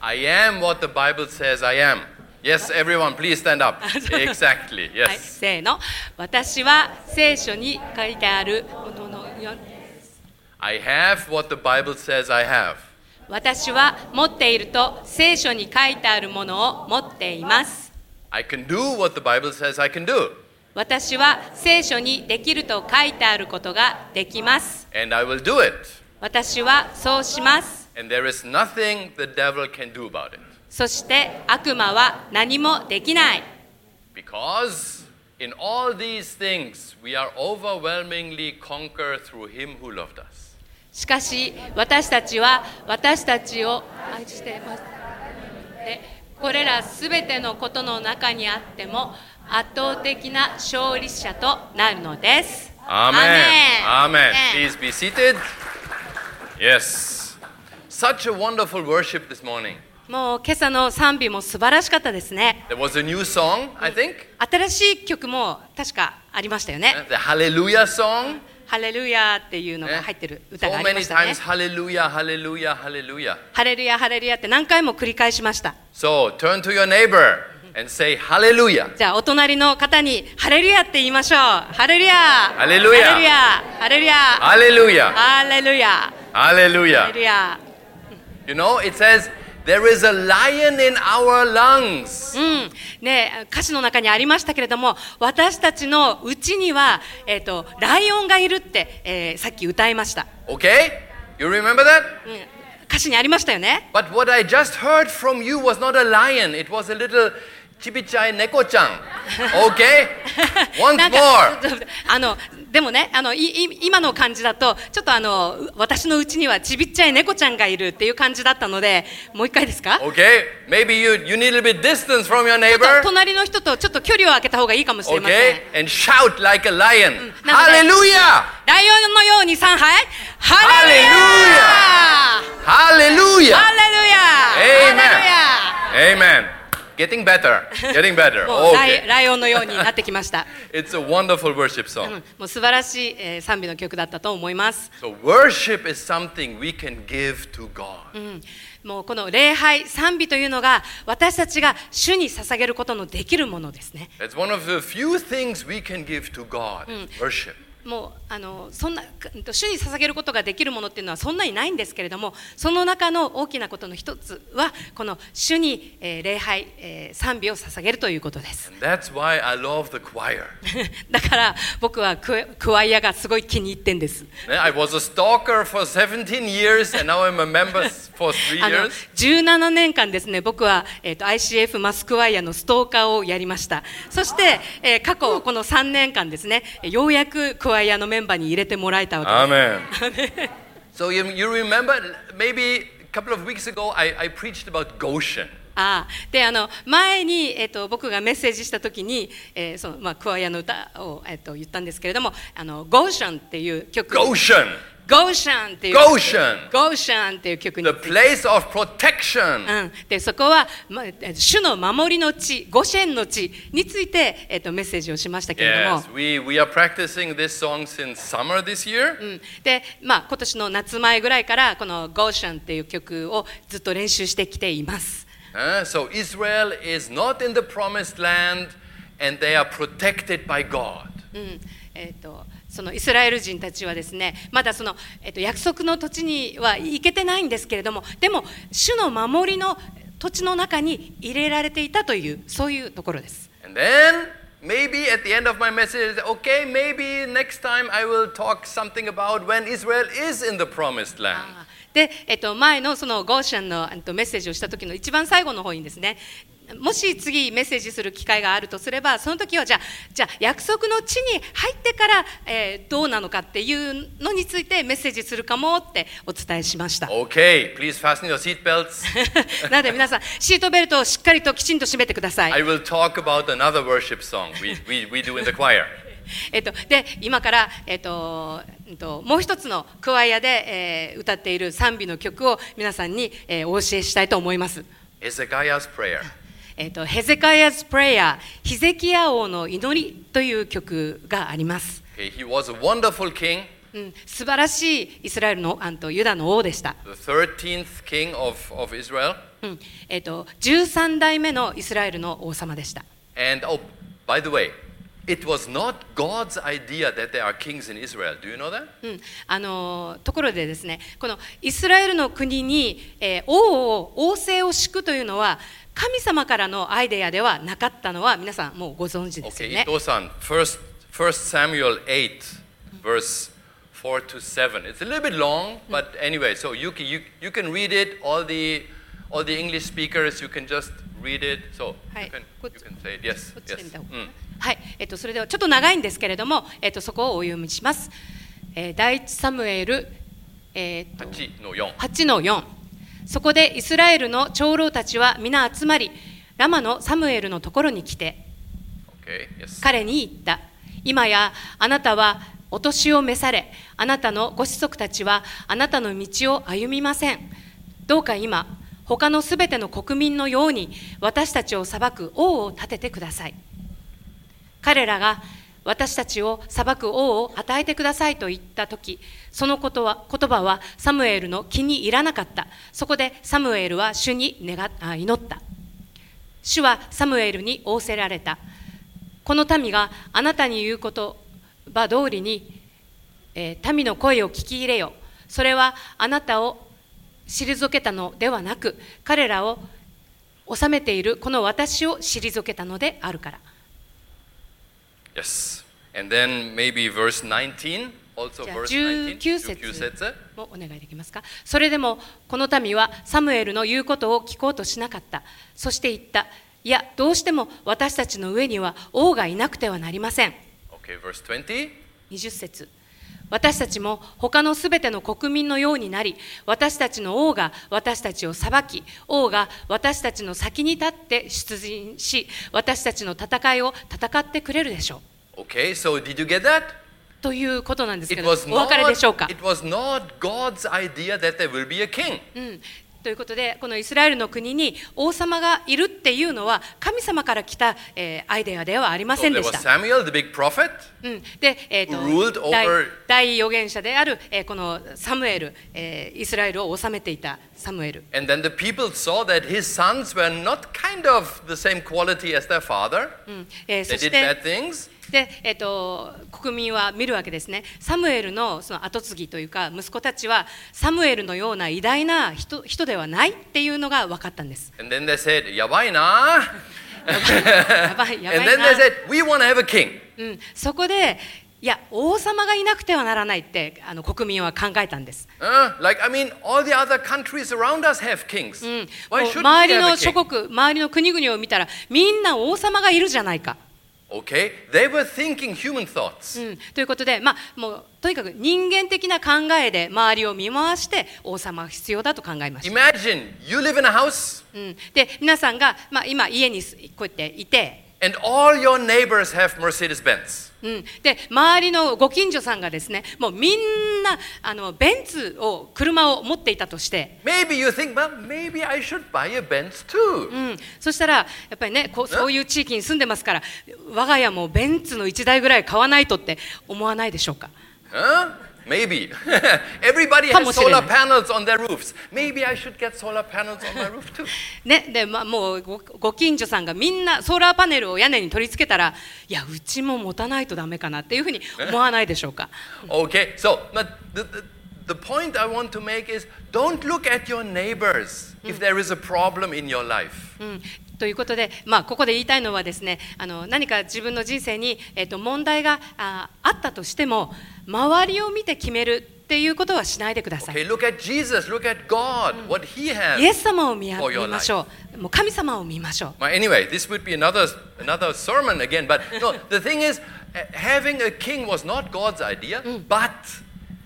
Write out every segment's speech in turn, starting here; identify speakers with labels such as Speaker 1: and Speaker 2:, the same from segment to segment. Speaker 1: I am what the Bible says I am. Yes, everyone, please stand up. Exactly,
Speaker 2: は
Speaker 1: yes.
Speaker 2: い、せーの私は聖書に書いてあるもののよ
Speaker 1: I have what the Bible says I have.
Speaker 2: 私は持っていると聖書に書いてあるものを持っています
Speaker 1: I can do what the Bible says I can do.
Speaker 2: 私は聖書にできると書いてあることができます
Speaker 1: And I will do it.
Speaker 2: 私はそうします
Speaker 1: And there is nothing the devil can do about it.
Speaker 2: そして悪魔は何もできない
Speaker 1: Because in all these things, we are overwhelmingly conquered through him who loved us.
Speaker 2: しかし私たちは私たちを愛していますでこれらすべてのことの中にあっても圧倒的な勝利者となるのです。
Speaker 1: Amen. Amen.
Speaker 2: アーメン
Speaker 1: Please be seated. Yes. Such a wonderful worship this morning.
Speaker 2: もう今朝の賛美も素晴らしかったですね。
Speaker 1: There was a new song, I think. Uh,
Speaker 2: 新しい曲も確かありましたよね。
Speaker 1: The Hallelujah song.
Speaker 2: ハレルヤーっていうの
Speaker 1: Eh?
Speaker 2: が入ってる歌があ
Speaker 1: So
Speaker 2: りま
Speaker 1: many
Speaker 2: したね
Speaker 1: times,。Hallelujah, Hallelujah, Hallelujah.
Speaker 2: ハレルヤハレルヤって何回も繰り返しました。
Speaker 1: So turn to your neighbor and say, Hallelujah.
Speaker 2: じゃあお隣の方にハレルヤって言いましょう。ハレルヤハ
Speaker 1: レルヤ
Speaker 2: ハレルヤハレル
Speaker 1: Hallelujah.
Speaker 2: ヤハレルヤ
Speaker 1: Hallelujah.
Speaker 2: ハレルヤ
Speaker 1: You know, it says, There is a lion in our lungs.
Speaker 2: うんねえ歌詞の中にありましたけれども私たちのうちには、えー、とライオンがいるって、えーさっき歌いました、
Speaker 1: Okay? You remember that?
Speaker 2: うん、歌詞にありましたよね
Speaker 1: But what I just heard from you was not a lion, it was a little chibichai neko-chan. Okay? Once
Speaker 2: なん
Speaker 1: more.
Speaker 2: かあのでもねあのいい今の感じだとちょっとあのう私のうちにはちびっちゃい猫ちゃんがいるっていう感じだったのでもう一回ですか
Speaker 1: Okay? Maybe you, you need a little bit distance from your
Speaker 2: ちょ
Speaker 1: neighbor.
Speaker 2: っと隣の人とちょっと距離を空けた方がいいかもしれません、
Speaker 1: Okay? And shout like a lion.
Speaker 2: なので
Speaker 1: Hallelujah!
Speaker 2: ライオンのように三杯ハレルヤハ
Speaker 1: Hallelujah!
Speaker 2: レルヤハ
Speaker 1: Amen.
Speaker 2: レルヤ
Speaker 1: Amen. Getting better. Getting better.
Speaker 2: もうライ
Speaker 1: Okay.
Speaker 2: ライオンのようになってきました。
Speaker 1: It's a wonderful worship
Speaker 2: う
Speaker 1: song.
Speaker 2: んもう素晴らしい、えー賛美の曲だったと思います。
Speaker 1: So worship is something we can give to God.
Speaker 2: うんもうこの礼拝賛美というのが私たちが主に捧げることのできるものですね。
Speaker 1: It's one of the few things we can give to God. is Worship.
Speaker 2: もうあのそんなくうんと主に捧げることができるものっていうのはそんなにないんですけれども、その中の大きなことの一つはこの主に、えー礼拝、えー賛美を捧げるということです。
Speaker 1: And that's why I love the choir.
Speaker 2: だから僕はクエクワイアがすごい気に入ってんです。
Speaker 1: Eh, I was a stalker for 17 years and now I'm a member s- for three
Speaker 2: あの
Speaker 1: years.
Speaker 2: 17年間ですね、僕は、えー、と ICF マスクワイアのストーカーをやりました。そして、えー過去この3年間ですね、ようやくクワイアのメンバーに入れてもらえたわけ
Speaker 1: Amen. So you, you remember maybe a couple of weeks ago I, I preached about Goshen.
Speaker 2: ああであの前に、えー、と僕がメッセージした時に、えーそのまあ、クワイアの歌を、えー、と言ったんですけれども「あのゴーシャン」っていう曲
Speaker 1: Goshen.
Speaker 2: ゴーシャン」っていう
Speaker 1: Goshen.
Speaker 2: ゴーシャンっていう曲に
Speaker 1: The place of protection.
Speaker 2: うん、でそこは、ま、主の守りの地、ゴシェンの地について、えっとメッセージをしましたけれども、
Speaker 1: Yes, we, we are practicing this song since summer this year.
Speaker 2: うん、で、まあ今年の夏前ぐらいからこのゴシェンっていう曲をずっと練習してきています。
Speaker 1: Uh, so Israel is not in the promised land and they are protected by God.
Speaker 2: うんえっとそのイスラエル人たちはですねまだその、えっと約束の土地には行けてないんですけれどもでも主の守りの土地の中に入れられていたというそういうところです。
Speaker 1: And then maybe at the end of my message, okay, maybe next time I will talk something about when Israel is in the promised land.
Speaker 2: で、えっと、前のそのゴーシャンのえっとメッセージをした時の一番最後の方にですねもし次メッセージする機会があるとすればその時はじゃあじゃあ約束の地に入ってから、えーどうなのかっていうのについてメッセージするかもってお伝えしました。
Speaker 1: Okay, please fasten your seatbelts.
Speaker 2: なので皆さんシートベルトをしっかりときちんと締めてください。
Speaker 1: I will talk about another worship song we, we, we do in the choir.
Speaker 2: えっと、で今から、えっとうんと、もう一つのクワイアで、えー歌っている賛美の曲を皆さんに、えーお教えしたいと思います。
Speaker 1: Hezekiah's prayer.
Speaker 2: えっとヘゼカイアズ・プレイヤー、ヒゼキヤ王の祈りという曲があります。
Speaker 1: Okay, he was a wonderful king.
Speaker 2: うん、素晴らしいイスラエルのあんとユダの王でした。
Speaker 1: the 13th king of, of Israel.
Speaker 2: うんえっと13代目のイスラエルの王様でした
Speaker 1: And oh, by the way, it was not God's idea that there are kings in Israel. Do you know that?
Speaker 2: うん、あのーところでですねこのイスラエルの国に、えー王を王政を敷くというのは神様からのアイデアではなかったのは皆さんもうご存知ですよ
Speaker 1: Okay,
Speaker 2: ね。
Speaker 1: Ito-san, first, first Samuel 8, verse 4 to 7. It's a little bit long, but anyway, so you can, you, you can read it. All the, all the English speakers, you can just read it. So you,
Speaker 2: Hi.
Speaker 1: can, you
Speaker 2: Good.
Speaker 1: can say it. Yes,
Speaker 2: こっち
Speaker 1: yes.
Speaker 2: で見た方が
Speaker 1: Mm.
Speaker 2: いいかなはい、えっと、それではちょっと長いんですけれども、えっと、そこをお読みします。えー第一サムエル、えーっと
Speaker 1: 8の4。
Speaker 2: 8の4そこでイスラエルの長老たちは皆集まりラマのサムエルのところに来て
Speaker 1: Okay, yes.
Speaker 2: 彼に言った今やあなたはお年を召されあなたのご子息たちはあなたの道を歩みませんどうか今他のすべての国民のように私たちを裁く王を立ててください彼らが私たちを裁く王を与えてくださいと言った時そのことは言葉はサムエルの気に入らなかったそこでサムエルは主に願っあ祈った主はサムエルに仰せられたこの民があなたに言うことば通りに、えー民の声を聞き入れよそれはあなたを退けたのではなく彼らを治めているこの私を退けたのであるから
Speaker 1: Yes. And then maybe verse 19, also
Speaker 2: じゃあ
Speaker 1: verse
Speaker 2: 19
Speaker 1: 19.
Speaker 2: 節
Speaker 1: 19節
Speaker 2: もお願いできますかそれでもこの民はサムエルの言うことを聞こうとしなかったそして言ったいやどうしても私たちの上には王がいなくてはなりません
Speaker 1: Okay, verse 20.
Speaker 2: 20節私たちも他のすべての国民のようになり私たちの王が私たちを裁き王が私たちの先に立って出陣し私たちの戦いを戦ってくれるでしょ
Speaker 1: Okay, so did you get that?
Speaker 2: うということなんですけ
Speaker 1: It
Speaker 2: どお
Speaker 1: was
Speaker 2: 分かりでしょうか
Speaker 1: not, it was not God's idea that there will be a king.
Speaker 2: うん、ということでこのイスラエルの国に王様がいるっていうのは神様から来た、えーアイデアではありま
Speaker 1: So
Speaker 2: せん
Speaker 1: there
Speaker 2: でした。
Speaker 1: was Samuel, the big prophet,
Speaker 2: うん、で、えー
Speaker 1: Ruled
Speaker 2: と
Speaker 1: over-
Speaker 2: 第第預言者である、えーこのサムエル、えーイスラエルを治めていたサムエル
Speaker 1: and then the people saw that his sons were not kind of the same quality as their father.
Speaker 2: うんえーそ
Speaker 1: They
Speaker 2: し
Speaker 1: did
Speaker 2: て
Speaker 1: bad things.
Speaker 2: で、えー、と国民は見るわけですねサムエルのその後継ぎというか息子たちはサムエルのような偉大な人人ではないっていうのが分かったんです
Speaker 1: And then they said, Yabaina.
Speaker 2: や ばいやば
Speaker 1: And
Speaker 2: い
Speaker 1: then
Speaker 2: な
Speaker 1: they said, We want to have a king.
Speaker 2: うん、そこでいや王様がいなくてはならないってあの国民は考えたんです、
Speaker 1: Uh, like, I mean, all the other countries around us have kings.
Speaker 2: うん、
Speaker 1: Why
Speaker 2: もう
Speaker 1: should we
Speaker 2: 周り
Speaker 1: have
Speaker 2: の
Speaker 1: a
Speaker 2: 諸
Speaker 1: king?
Speaker 2: 国周りの国々を見たらみんな王様がいるじゃないか、
Speaker 1: Okay, they were thinking human thoughts.
Speaker 2: うん、ということで、まあ、もうとにかく人間的な考えで周りを見回して王様が必要だと考えました、
Speaker 1: Imagine you live in a house
Speaker 2: うん、で皆さんが、まあ、今家にすこうやっていて、
Speaker 1: and all your neighbors have Mercedes Benz.
Speaker 2: うん、で周りのご近所さんがですねもうみんなあのベンツを車を持っていたとして。
Speaker 1: Maybe you think, well, maybe I should buy a Benz too.
Speaker 2: うん、そしたら、やっぱりねこう、そういう地域に住んでますから、我が家もベンツの1台ぐらい買わないとって思わないでしょうか。
Speaker 1: Huh? Maybe. Everybody
Speaker 2: Come on,
Speaker 1: has solar
Speaker 2: Serena.
Speaker 1: panels on their roofs. Maybe I should get solar panels on my roof too.
Speaker 2: ね、で、まあ、もうごご近所さんがみんなソーラーパネルを屋根に取り付けたら、いや、うちも持たないとダメかなっていうふうに思わないでしょうか。
Speaker 1: Okay, so but the, the, the point I want to make is don't look at your neighbors
Speaker 2: Hmm.
Speaker 1: if there is a problem in your life.
Speaker 2: うんということで、まあ、ここで言いたいのはですねあの何か自分の人生に、えっと問題がああったとしても周りを見て決めるっていうことはしないでください
Speaker 1: Okay, look at Jesus, look at God,
Speaker 2: Hmm.
Speaker 1: what He has.
Speaker 2: イエス様を見や
Speaker 1: For your
Speaker 2: 見ましょうもう神様を見ましょう
Speaker 1: Well, anyway, this would be another another sermon again. But no, the thing is, uh, having a king was not God's idea,
Speaker 2: Hmm.
Speaker 1: but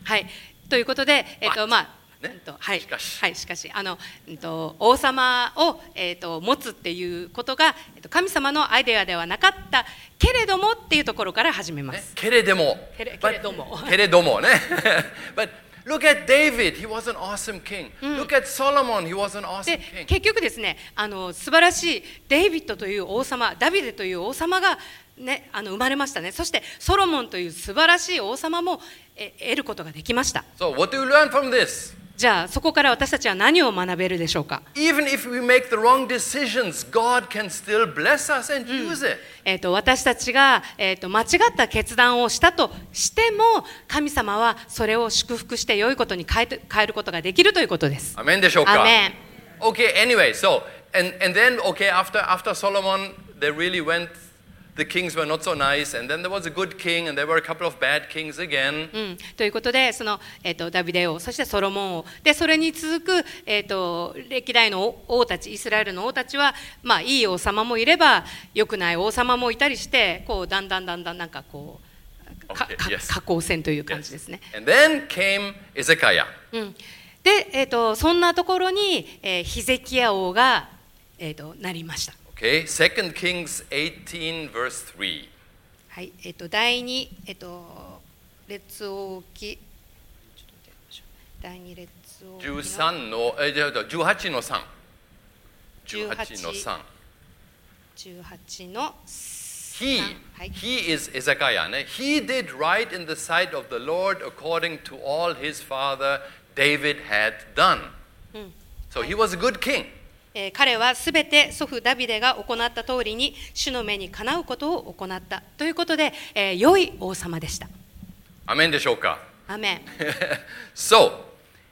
Speaker 2: はい、ということで、えっとまあ
Speaker 1: ね
Speaker 2: うんとはい、
Speaker 1: しかし
Speaker 2: はい、しかしあの、うんと王様を、えっと持つっていうことが、えっと神様のアイデアではなかったけれどもっていうところから始めま
Speaker 1: ね
Speaker 2: す。
Speaker 1: けれども
Speaker 2: けれ
Speaker 1: But-
Speaker 2: けれども
Speaker 1: けれどもね But look at David he was an awesome king、look
Speaker 2: Hmm.
Speaker 1: at Solomon he was an awesome
Speaker 2: で
Speaker 1: king
Speaker 2: 結局ですねあの素晴らしいデイビッドという王様ダビデという王様が、ね、あの生まれましたねそしてソロモンという素晴らしい王様もえ得ることができました。
Speaker 1: so what do you learn from this
Speaker 2: じゃあそこから私たちは何を学べるでしょうか、
Speaker 1: Even if we make the wrong decisions, God can still bless us
Speaker 2: Hmm.
Speaker 1: and use it.
Speaker 2: えー、と私たちが、えー、と間違った決断をしたとしても神様はそれを祝福して良いことに変えて変えることができるということです。
Speaker 1: Amen でしょうか
Speaker 2: Amen.
Speaker 1: Okay, anyway, so, and, and then, okay, after, after Solomon, they really went, the kings were not so nice, and then there was a good king, and there were a couple of bad kings again.
Speaker 2: うん、ということでその、えー、とダビデ王そしてソロモン王でそれに続く、えー、と歴代の王たちイスラエルの王たちは、まあ、いい王様もいれば良くない王様もいたりしてこうだんだんだんだんなんかこうか
Speaker 1: Okay,
Speaker 2: か
Speaker 1: yes.
Speaker 2: 下降線という感
Speaker 1: Yes.
Speaker 2: じですね。
Speaker 1: And then came Ezekiah.
Speaker 2: うん、で、えー、とそんなところに、えーヒゼキヤ王が、えー、となりました。
Speaker 1: Okay, 2 Kings 18, verse 3.
Speaker 2: はい、えっ、と第二えっ、と列王記ちょっと待ってください第二列王記の
Speaker 1: 13の、えじゃあ18の3。18の3。
Speaker 2: 十八の
Speaker 1: He,
Speaker 2: 三はい
Speaker 1: he is Ezekiah. Ne? He did right in the sight of the Lord according to all his father David had done. So he was a good king.
Speaker 2: えー彼はすべて祖父ダビデが行った通りに主の目にかなうことを行ったということで、えー良い王様でした。
Speaker 1: Amen でしょうか
Speaker 2: アメン。
Speaker 1: So,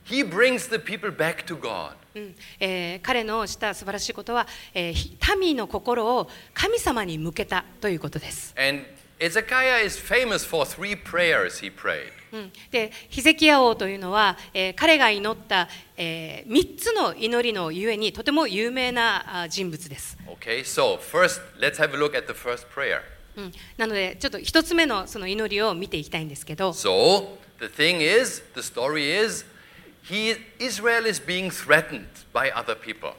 Speaker 1: he brings the people back to God.
Speaker 2: うんえー彼のした素晴らしいことは、えーひ民の心を神様に向けたということです。
Speaker 1: And Ezekiah is famous for three prayers he prayed.
Speaker 2: うんでヒゼキヤ王というのは、えー彼が祈った、え3つの祈りのゆえにとても有名なあ人物です、
Speaker 1: Okay, so first, let's have a look at the first prayer.
Speaker 2: うんなのでちょっと1つ目のその祈りを見ていきたいんですけど、
Speaker 1: So, the thing is, the story is, he, Israel is being threatened by other people.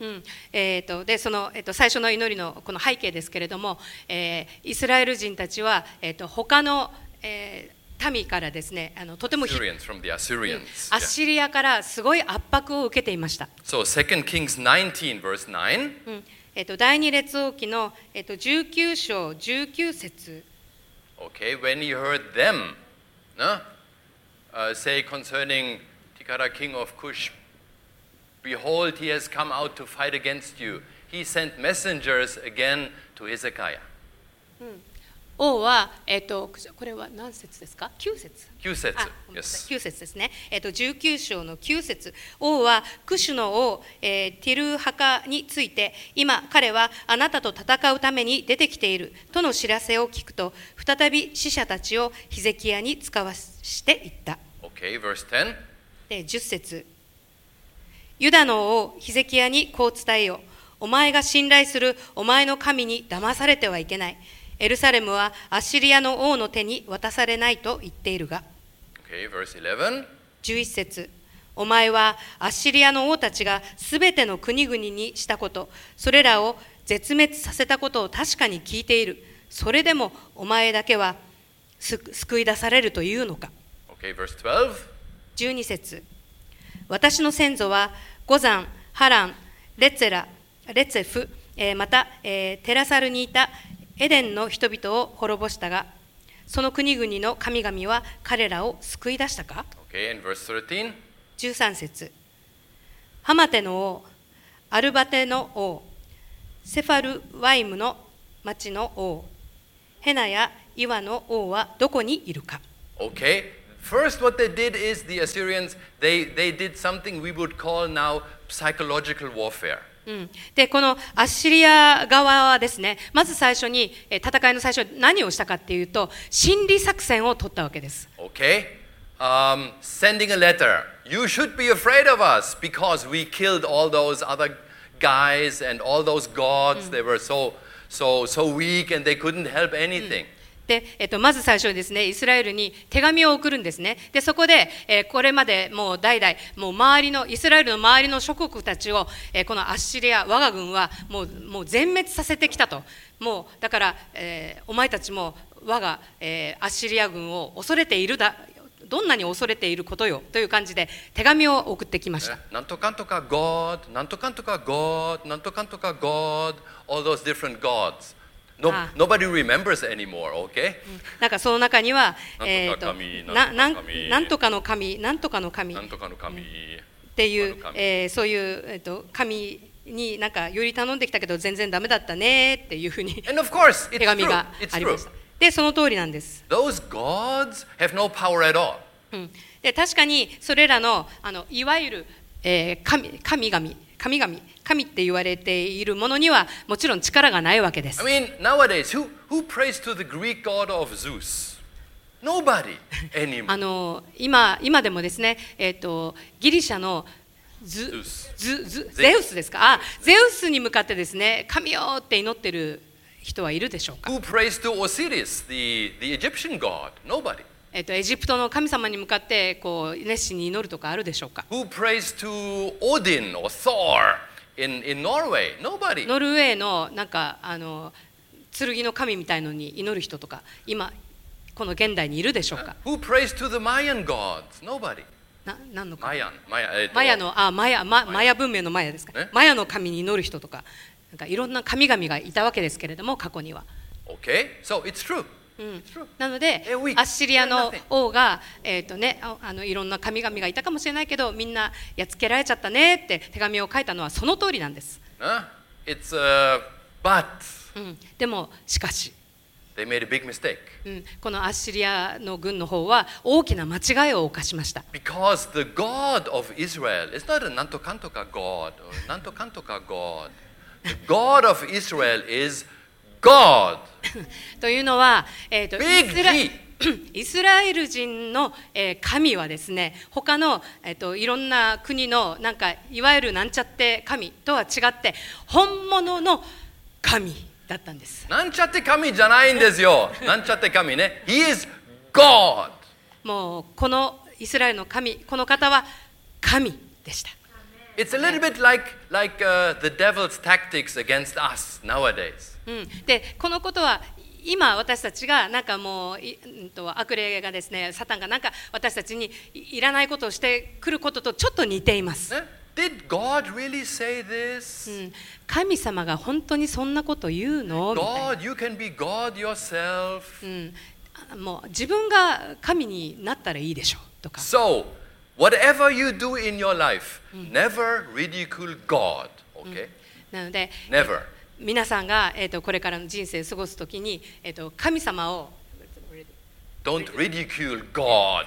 Speaker 2: うんえーとでそのえーと最初の祈りのこの背景ですけれども、えーイスラエル人たちは、えーと他の、えー民からですねあのとてもひ
Speaker 1: Assyrians from the
Speaker 2: うん
Speaker 1: Assyrians.
Speaker 2: ア
Speaker 1: Yeah.
Speaker 2: ッシリアからすごい圧迫を受けていました。
Speaker 1: So 2 Kings 19 verse 9.
Speaker 2: うんえーと第二列王記の、えーと19章19節
Speaker 1: Okay, when he heard them, no, uh, say concerning Tikara king of Cush, behold, he has come out to fight against you. He sent messengers again to Hezekiah.
Speaker 2: 王は、えっとこれは何節ですか9節
Speaker 1: 9節
Speaker 2: あごめんなさ
Speaker 1: Yes.
Speaker 2: い9節ですね、えっと19章の9節王はクシュの王、えーティルハカについて今彼はあなたと戦うために出てきているとの知らせを聞くと再び死者たちをヒゼキヤに使わしていった。
Speaker 1: Okay, verse 10.
Speaker 2: で10節ユダの王ヒゼキヤにこう伝えよお前が信頼するお前の神に騙されてはいけないエルサレムはアッシリアの王の手に渡されないと言っているが
Speaker 1: Okay, verse 11.
Speaker 2: 11節お前はアッシリアの王たちがすべての国々にしたことそれらを絶滅させたことを確かに聞いているそれでもお前だけはす救い出されるというのか
Speaker 1: Okay, verse 12.
Speaker 2: 12節私の先祖はゴザン、ハラン、レツェラ、レツェフ、えーまた、えーテラサルにいたエデンの人々を滅ぼしたが、その国々の神々は彼らを救い出したか
Speaker 1: Okay, and verse 13.
Speaker 2: 13節ハマテの王、アルバテの王、セファルワイムの町の王、ヘナやイワの王はどこにいるか
Speaker 1: Okay. First, what they did is the Assyrians, they, they did something we would call now psychological warfare.
Speaker 2: うんでこのアッシリア側はですねまず最初にえー戦いの最初何をしたかっていうと心理作戦を取ったわけです、
Speaker 1: Okay? Um, sending a letter. You should be afraid of us because we killed all those other guys and all those gods. They were so, so, so weak and they couldn't help anything.
Speaker 2: でえっとまず最初にですねイスラエルに手紙を送るんですねでそこで、えーこれまでもう代々もう周りのイスラエルの周りの諸国たちを、えーこのアッシリア我が軍はもうもう全滅させてきたともうだから、えーお前たちも我が、えーアッシリア軍を恐れているだどんなに恐れていることよという感じで手紙を送ってきました
Speaker 1: Yeah.。Nantokantoka Eh? God, Nantokantoka God, Nantokantoka God, all those different gods. No,
Speaker 2: Ah.
Speaker 1: Nobody remembers anymore, okay?
Speaker 2: なんかその中には、え
Speaker 1: なん
Speaker 2: ー
Speaker 1: とか
Speaker 2: と
Speaker 1: 神
Speaker 2: なな
Speaker 1: なんとか神
Speaker 2: んなんとかの神、なんとか
Speaker 1: なんとか
Speaker 2: の神っ
Speaker 1: の神。
Speaker 2: ていう
Speaker 1: なんとかの、神
Speaker 2: えーそういう、えー、と神になんかより頼んできたけど全然ダメだったねっていうふうに
Speaker 1: And of course, it's
Speaker 2: 手紙
Speaker 1: true.
Speaker 2: が
Speaker 1: It's
Speaker 2: ありま
Speaker 1: true.
Speaker 2: した。でその通りなんです。
Speaker 1: Those gods have no power at all.
Speaker 2: うん、で確かにそれらのあのいわゆる、えー神神々神々神って言われているものにはもちろん力がないわけです。
Speaker 1: I mean, nowadays, who, who prays to the Greek god of Zeus? Nobody
Speaker 2: あ
Speaker 1: anymore.
Speaker 2: の今今でもですね、えー、とギリシャのズ
Speaker 1: ウス
Speaker 2: ズズ
Speaker 1: ゼウス
Speaker 2: ゼウスですかあゼウスに向かってですね神よって祈ってる人はいるでしょうか、
Speaker 1: Who prays to Osiris, the, the Egyptian god? Nobody.
Speaker 2: えー、とエジプトの神様に向かってこう熱心に祈るとかあるでしょうか
Speaker 1: Who prays to Odin or Thor in, in Norway? Nobody.
Speaker 2: ノルウェーのなんかあの剣の神みたいのに祈る人とか今この現代にいるでしょうか
Speaker 1: Who prays to the Mayan gods? Nobody.
Speaker 2: な何の神
Speaker 1: Mayan. Maya, eh, えっと
Speaker 2: マヤのあマヤママヤ文明のマヤですか
Speaker 1: ね
Speaker 2: マヤの神に祈る人とかなんかいろんな神々がいたわけですけれども過去には。
Speaker 1: Okay, so it's true.
Speaker 2: うん
Speaker 1: It's true.
Speaker 2: なので
Speaker 1: They're weak.
Speaker 2: アッシリア
Speaker 1: They're
Speaker 2: の
Speaker 1: nothing.
Speaker 2: 王が、えーとね、ああのいろんな神々がいたかもしれないけどみんなやっつけられちゃったねって手紙を書いたのはその通りなんです、
Speaker 1: Huh? It's uh, but
Speaker 2: うん、でもしかし、
Speaker 1: they made a big mistake
Speaker 2: うん、このアッシリアの軍の方は大きな間違いを犯しました
Speaker 1: because the God of Israel is not a Nantokantoka God or Nantokantoka God. The God of Israel is God.
Speaker 2: というのは、えーと
Speaker 1: Big
Speaker 2: イスラ
Speaker 1: G
Speaker 2: イスラエル人の、えー神はですね他の、えー、といろんな国のなんかいわゆるなんちゃって神とは違って本物の神だったんです。
Speaker 1: なんちゃって神じゃないんですよ。なんちゃって神ね。He is God.
Speaker 2: もうこのイスラエルの神この方は神でした
Speaker 1: It's a little bit like like uh, the devil's tactics against us nowadays.
Speaker 2: うん、でこのことは今私たちがなんかもうい、うん、と悪霊がですねサタンがなんか私たちにいいらないことをしてくることとちょっと似ています、
Speaker 1: ね Did God really say this?
Speaker 2: うん、神様が本当にそんなこと言うのみたい
Speaker 1: God,
Speaker 2: な
Speaker 1: you can be God yourself.
Speaker 2: うん、あもう自分が神になったらいいでしょうとか
Speaker 1: So, whatever you do in your life, never ridicule God. Okay?
Speaker 2: なので
Speaker 1: Never.
Speaker 2: 皆さんが、えー、とこれからの人生を過ごすときに、えー、と神様を
Speaker 1: Don't ridicule God,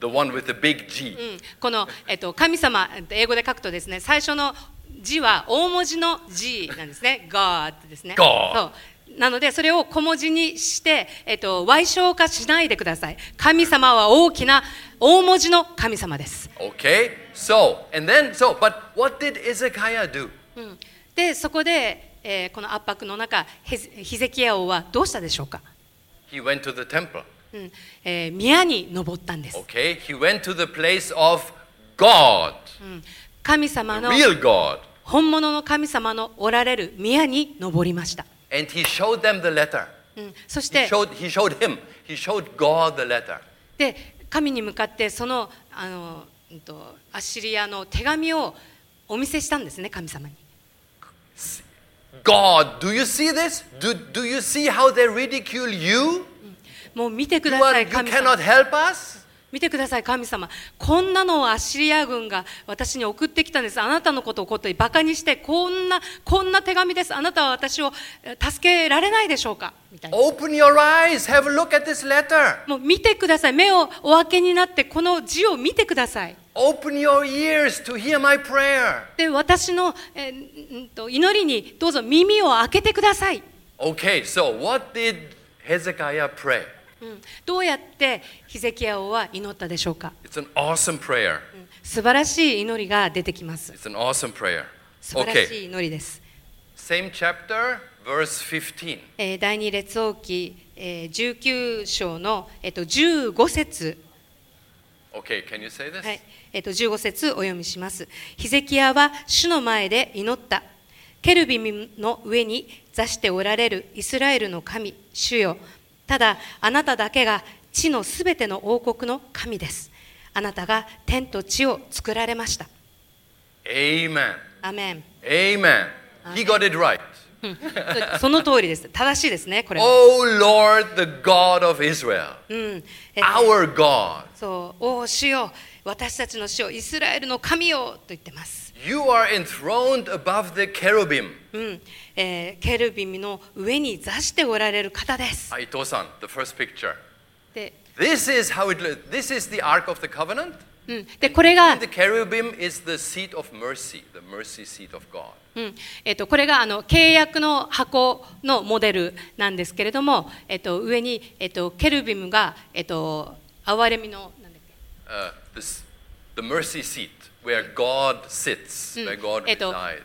Speaker 1: the one with the big G.
Speaker 2: うんこの、えっと、神様えっと英語で書くとですね最初の字は大文字の G なんです ね God ですね
Speaker 1: God
Speaker 2: そうなのでそれを小文字にして、えっと、矮小化しないでください神様は大きな大文字の神様です、
Speaker 1: Okay? So, and then, so, but what did Ezekiah do?
Speaker 2: うんでそこで、えーこの圧迫の中ヘゼヒゼキヤ王はどうしたでしょうか、
Speaker 1: He went to the temple.
Speaker 2: うんえー宮に登ったんです、
Speaker 1: Okay? He went to the place of God,
Speaker 2: うん神様
Speaker 1: the
Speaker 2: の
Speaker 1: real God.
Speaker 2: 本物の神様のおられる宮に登りました、
Speaker 1: And he showed them the letter.
Speaker 2: うんそして
Speaker 1: He showed, he showed him. He showed God the letter.
Speaker 2: で神に向かってそのあの、うん、とアッシリアの手紙をお見せしたんですね神様に
Speaker 1: God, do you see this? Do, do you see how they ridicule you?
Speaker 2: もう見てく
Speaker 1: You,
Speaker 2: だ
Speaker 1: are,
Speaker 2: さ
Speaker 1: you
Speaker 2: い神
Speaker 1: cannot
Speaker 2: 様
Speaker 1: help us?
Speaker 2: 見てください神様こんなのをアッシリア軍が私に送ってきたんですあなたのことをことバカにしてこんなこんな手紙ですあなたは私をえー助けられないでしょうかみたいな
Speaker 1: Open your eyes, have a look at this letter.
Speaker 2: もう見てください目をお開けになってこの字を見てください
Speaker 1: Open your ears to hear my prayer.
Speaker 2: で私の、えーうんと祈りにどうぞ耳を開けてください
Speaker 1: Okay, so what did Hezekiah pray?
Speaker 2: うんどうやってヒゼキヤ王は祈ったでしょうか
Speaker 1: It's an awesome prayer.
Speaker 2: 素晴らしい祈りが出てきます。
Speaker 1: It's an awesome prayer.
Speaker 2: 素晴ら
Speaker 1: Okay,
Speaker 2: しい祈りです。
Speaker 1: same chapter, verse 15.
Speaker 2: えー第二列王記、えー19章の、えっと15節、
Speaker 1: Okay, can you say this?
Speaker 2: はいえっと15節お読みします。ヒゼキヤは主の前で祈った。ケルビムの上に座しておられるイスラエルの神、主よ。ただ、あなただけが地のすべての王国の神です。あなたが天と地を作られました。
Speaker 1: Amen.
Speaker 2: アーメン。
Speaker 1: Amen. He got it right.
Speaker 2: その通りです。正しいですね、これは。
Speaker 1: O Oh Lord, the God of Israel,
Speaker 2: うん。え
Speaker 1: our God,
Speaker 2: そう、おお、主よ、私たちの主よ、イスラエルの神よと言ってます。
Speaker 1: you are enthroned above the cherubim.
Speaker 2: うん、えーケルビムの上に座しておられる方です。
Speaker 1: Ah, Ito-san, the first picture.
Speaker 2: で、
Speaker 1: This is how it. lo- This is the Ark of the Covenant.
Speaker 2: うん、でこれが
Speaker 1: And、the cherubim is the seat of mercy, the mercy seat of God.
Speaker 2: うんえっとこれがあの契約の箱のモデルなんですけれども、えっと上に、えっとケルビムが、えっと憐れみのなんだっけ
Speaker 1: Uh, this, the mercy seat where God sits,
Speaker 2: Mm.
Speaker 1: where God
Speaker 2: Ito.
Speaker 1: resides.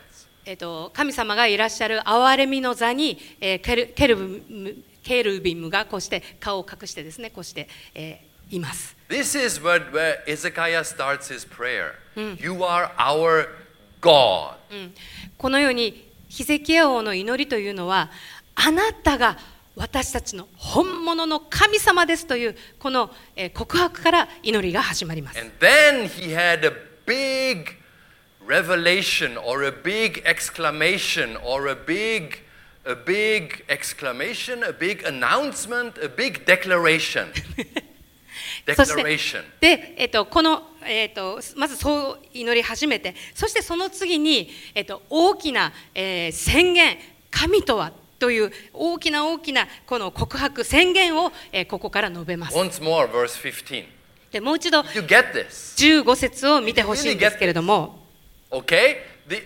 Speaker 2: えっと神様がいらっしゃる憐れみの座に、えーケルケルビムケルビムがこうして顔を隠してですねこうして、えーいます。
Speaker 1: This is where, where Ezekiah starts his prayer. You are our God.
Speaker 2: うんこのようにヒゼキヤ王の祈りというのはあなたが私たちの本物の神様ですというこのえー告白から祈りが始まります
Speaker 1: And then he had a big revelation or a big exclamation or a big a big exclamation, a big announcement, a big declaration.
Speaker 2: そして
Speaker 1: declaration.
Speaker 2: で、えっとこの、えっとまずそう祈り始めてそしてその次に、えっと大きな、えー宣言神とはという大きな大きなこの告白宣言を、えーここから述べます
Speaker 1: Once more, verse 15.
Speaker 2: でもう一度
Speaker 1: You get this,
Speaker 2: 15節を見てほしいんですけれども
Speaker 1: okay? The,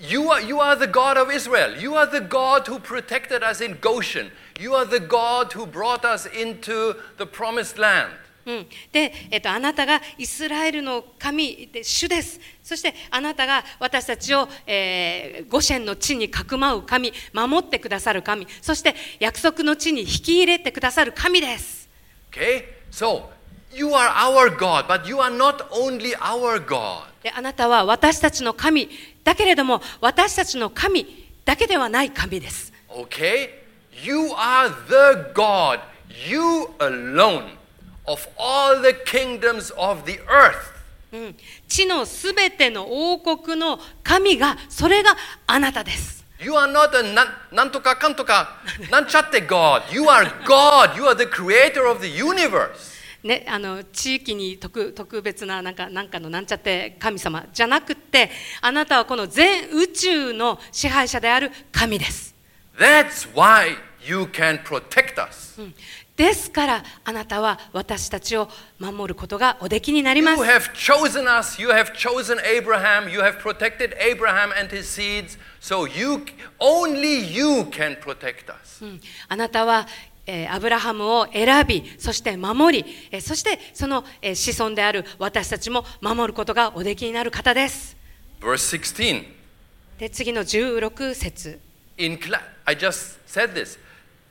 Speaker 1: you, are, you are the God of Israel. You are the God who protected us in Goshen. You are the God who brought us into the promised land.
Speaker 2: うん、で、えっと、あなたがイスラエルの神で主ですそしてあなたが私たちを、えーゴシェンの地にかくまう神守ってくださる神そして約束の地に引き入れてくださる神です
Speaker 1: Okay? So, you are our God, but you are not only our God.
Speaker 2: であなたは私たちの神だけれども私たちの神だけではない神です
Speaker 1: Okay? You are the God, you alone, of all the kingdoms of the earth.
Speaker 2: うん、地のすべての王国の神がそれがあなたです
Speaker 1: You are not a nan, nantoka kantoka, nanchatte God. You are God. You are the creator of the universe.
Speaker 2: ね、あの地域に特特別ななんかなんかのなんちゃって神様じゃなくってあなたはこの全宇宙の支配者である神です、
Speaker 1: That's why you can protect us.
Speaker 2: うんですからあなたは私たちを守ることがおできになりま
Speaker 1: You
Speaker 2: す
Speaker 1: have chosen us. You have chosen Abraham. You have protected Abraham and his seeds. So you only you can protect us.
Speaker 2: うんあなたは、えーアブラハムを選びそして守り、えーそしてその、えー子孫である私たちも守ることがおできになる方です
Speaker 1: Verse 16.
Speaker 2: で次の16節
Speaker 1: In cla- I just said this.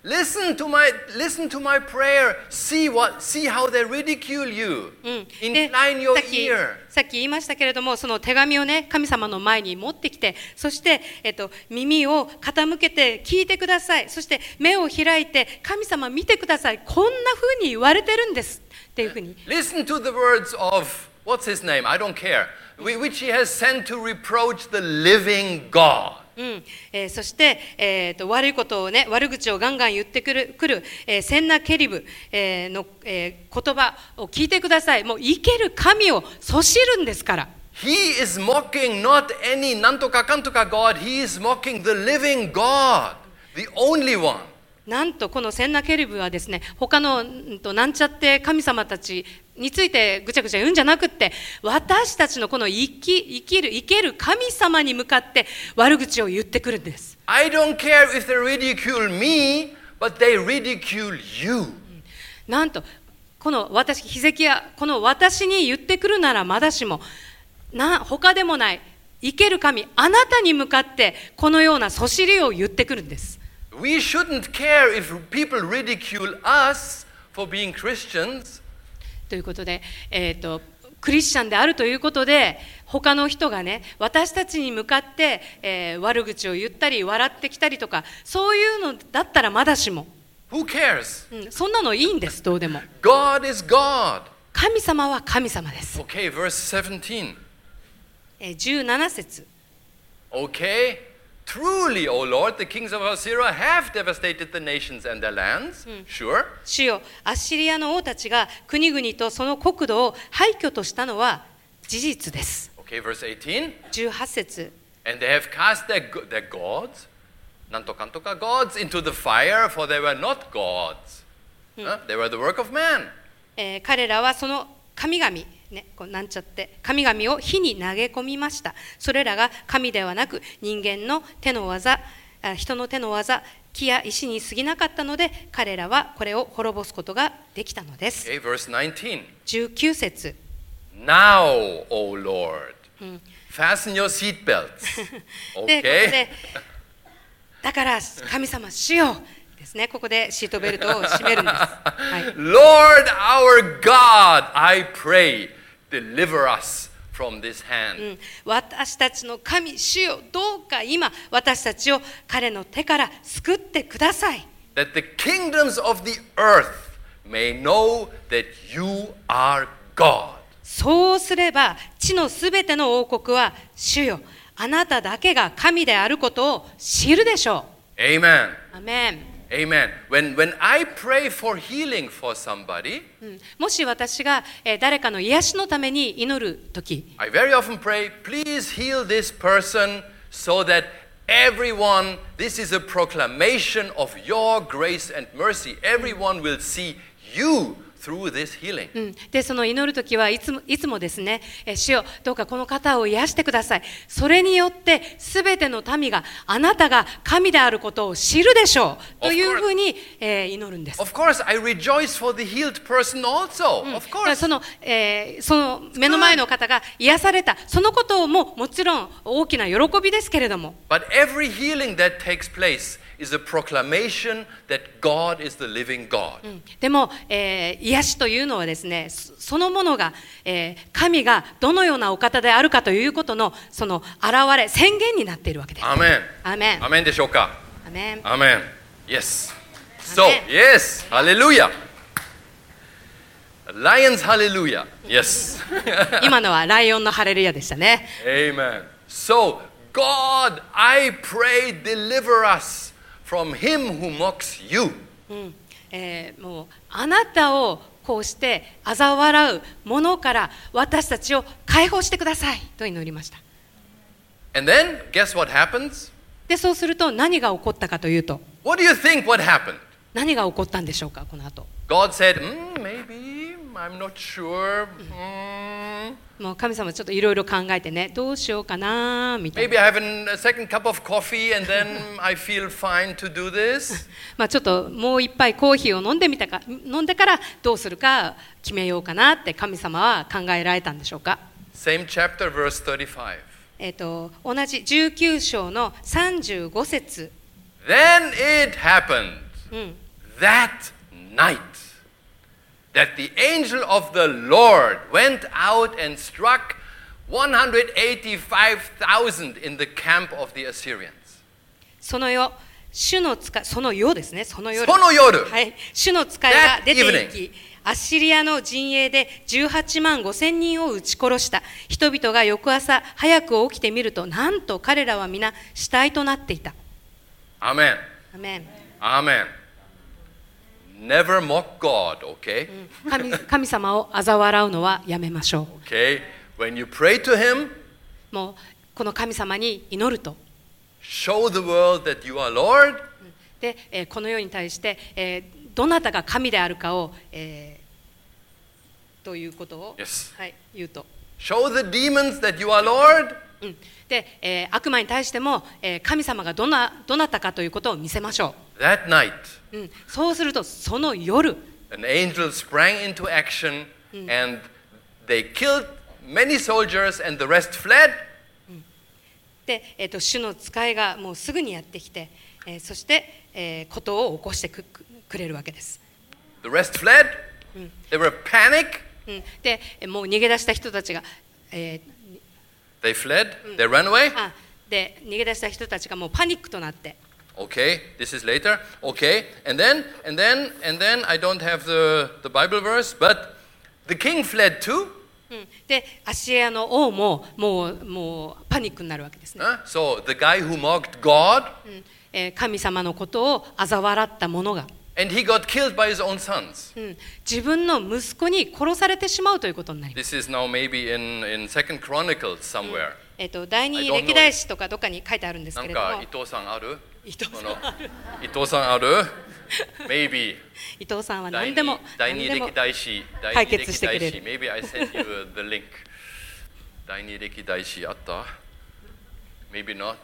Speaker 1: Listen to my listen to my prayer. See what see how they ridicule you.
Speaker 2: うんで
Speaker 1: Incline your
Speaker 2: さっき
Speaker 1: ear.
Speaker 2: さっき言いましたけれどもその手紙をね神様の前に持ってきてそして、えっと、耳を傾けて聞いてくださいそして目を開いて神様見てくださいこんな風に言われてるんですっていうふうに
Speaker 1: Listen to the words of what's his name? I don't care. Whi- Which he has sent to reproach the living God.
Speaker 2: うんえーそして、えーと悪いことをね悪口をガンガン言ってくるくる、えーセンナケリブ、えーの、えー言葉を聞いてくださいもう生ける神をそしるんですから。
Speaker 1: He is mocking not any Nantoka Kantoka God, he is mocking the living God, the only one.
Speaker 2: なんとこのセンナケルブはですね他のうんとなんちゃって神様たちについてぐちゃぐちゃ言うんじゃなくって私たちのこの生き生きる生ける神様に向かって悪口を言ってくるんです
Speaker 1: I don't care if they ridicule me, but they ridicule you.
Speaker 2: なんとこの私ヒゼキヤこの私に言ってくるならまだしもな他でもない生ける神あなたに向かってこのようなそしりを言ってくるんです
Speaker 1: We shouldn't care if people ridicule us for being Christians.
Speaker 2: ということで、えー、とクリスチャンであるということで他の人がね私たちに向かって、えー悪口を言ったり笑ってきたりとかそういうのだったらまだしも、
Speaker 1: Who cares?
Speaker 2: うん、そんなのいいんですどうでも
Speaker 1: God is God.
Speaker 2: 神様は神様です、
Speaker 1: Okay, verse 17.
Speaker 2: えー17節
Speaker 1: Okay? Truly, O Lord, the kings of Assyria have devastated the nations and their lands. Sure.
Speaker 2: 主よアッシリアの王たちが国々とその国土を廃墟としたのは事実です
Speaker 1: Okay, verse 18.
Speaker 2: 18節
Speaker 1: And they have cast their, go- their gods, nantokantoka gods, into the fire, for they were not gods. Huh? They were the work of man.
Speaker 2: えー彼らはその神々、ね、こうなんちゃって神々を火に投げ込みましたそれらが神ではなく人間の手の技あ人の手の技木や石に過ぎなかったので彼らはこれを滅ぼすことができたのです
Speaker 1: Okay, verse 19.
Speaker 2: 19節
Speaker 1: Now, O Lord, fasten your seatbelts. Okay.
Speaker 2: でここでだから神様しようですねここでシートベルトを締めるんです、はい、
Speaker 1: Lord our God, I pray, deliver us from this hand.
Speaker 2: うん私たちの神主よどうか今私たちを彼の手から救ってください
Speaker 1: that the kingdoms of the earth may know that you are God.
Speaker 2: そうすれば地のすべての王国は主よあなただけが神であることを知るでしょ
Speaker 1: Amen.
Speaker 2: うアメン、
Speaker 1: Amen. When, when I pray for healing for somebody,
Speaker 2: うんもし私がえー誰かの癒しのために祈る時
Speaker 1: I very often pray, please heal this person so that everyone, this is a proclamation of your grace and mercy, everyone will see you through this healing.
Speaker 2: うんでその祈る時はいつもいつもですね、えー主よどうかこの方を癒してくださいそれによってすべての民があなたが神であることを知るでしょう
Speaker 1: course.
Speaker 2: というふうに、えー祈るんです
Speaker 1: Of course, I rejoice for the healed person also. Of
Speaker 2: だから
Speaker 1: course.
Speaker 2: その、えーその目の前の方が癒された、そのことももちろん大きな喜びですけれども、
Speaker 1: But every healing that takes place is a proclamation that God is the living God.
Speaker 2: でも、えー癒しというのはですね、そそのものが、えー神がどのようなお方であるかということのその現れ、宣言になっているわけです。
Speaker 1: Amen.
Speaker 2: アメン。
Speaker 1: Amen でしょうか
Speaker 2: アメン。
Speaker 1: Amen. Yes. So,
Speaker 2: Amen.
Speaker 1: yes. Hallelujah. Lions, hallelujah. Yes.
Speaker 2: 今のはライオンのハレルヤでしたね。
Speaker 1: Amen. So, God, I pray, deliver us from him who mocks you.
Speaker 2: うんえーもうあなたをこうして嘲笑うものから私たちを解放してくださいと祈りました。
Speaker 1: And then, guess what happens?
Speaker 2: でそうすると何が起こったかというと
Speaker 1: What do you think what happened?
Speaker 2: 何が起こったんでしょうかこの後
Speaker 1: God said, mm, maybe, I'm not sure. Mm,
Speaker 2: もう神様ちょっといろいろ考えてねどうしようかなみたいな、
Speaker 1: maybe I have an, a second cup of coffee and then I feel fine to do this.
Speaker 2: まあ、ちょっともう一杯コーヒーを飲んでみたか飲んでからどうするか決めようかなって神様は考えられたんでしょうか、
Speaker 1: Same chapter, verse 35.
Speaker 2: えっと同じ19章の35節、
Speaker 1: Then it happened
Speaker 2: うん、
Speaker 1: that night that the angel of the Lord went out and struck 185,000 in the camp of the Assyrians.
Speaker 2: その夜主の使いその夜ですねその夜
Speaker 1: その夜、
Speaker 2: はい、主の使いが出
Speaker 1: That evening.
Speaker 2: ていき、アッシリアの陣営で18万5千人を撃ち殺した。人々が翌朝早く起きてみると、なんと彼らは皆死体となっていた。
Speaker 1: Amen.
Speaker 2: アメン
Speaker 1: Amen. Never mock God, okay?
Speaker 2: 神神様を嘲笑うのはやめましょ
Speaker 1: Okay? When you pray to Him,
Speaker 2: う。もうこの神様に祈ると。
Speaker 1: show the world that you are Lord,
Speaker 2: で、えーこの世に対して、えーどなたが神であるかを、えーということを、
Speaker 1: Yes.
Speaker 2: はい、言うと。
Speaker 1: show the demons that you are Lord,
Speaker 2: うんで、えー悪魔に対しても、えー神様がどなどなたかということを見せましょ
Speaker 1: that night
Speaker 2: う、うん、そうするとその夜
Speaker 1: an angel sprang into action and they killed many soldiers and the rest fled.
Speaker 2: で、えー、と主の使いがもうすぐにやってきて、えーそして、えーことを起こしてくくくれるわけです、
Speaker 1: The rest fled. They were panic.
Speaker 2: うん、でえーもう逃げ出した人たちが、えー
Speaker 1: They fled. They ran away.
Speaker 2: あで逃げ出した人たちがもうパニックとなって
Speaker 1: Okay, this is later. Okay, and then, and then, and then, I don't have the, the Bible verse, but the king fled too.
Speaker 2: うんでアシエアの王ももうもうパニックになるわけですね、
Speaker 1: Huh? So the guy who mocked God
Speaker 2: うんえー神様のことを嘲笑った者が、
Speaker 1: and he got killed by his own sons.
Speaker 2: うん自分の息子に殺されてしまうということになります
Speaker 1: This is now maybe in in Second Chronicles somewhere.
Speaker 2: えっと第
Speaker 1: I
Speaker 2: 二
Speaker 1: don't know
Speaker 2: 歴代史とかどっかに書いてあるんですけれども
Speaker 1: なんか伊藤さんある？
Speaker 2: 伊藤さん
Speaker 1: Oh, 伊藤さんある？Maybe
Speaker 2: 伊藤さんは何でも
Speaker 1: 第二第二
Speaker 2: 何でも
Speaker 1: 歴代史第
Speaker 2: 解
Speaker 1: 二
Speaker 2: 決
Speaker 1: 歴
Speaker 2: してく
Speaker 1: 代
Speaker 2: れる
Speaker 1: 史 Maybe I send you the link 第二歴代史あった Maybe not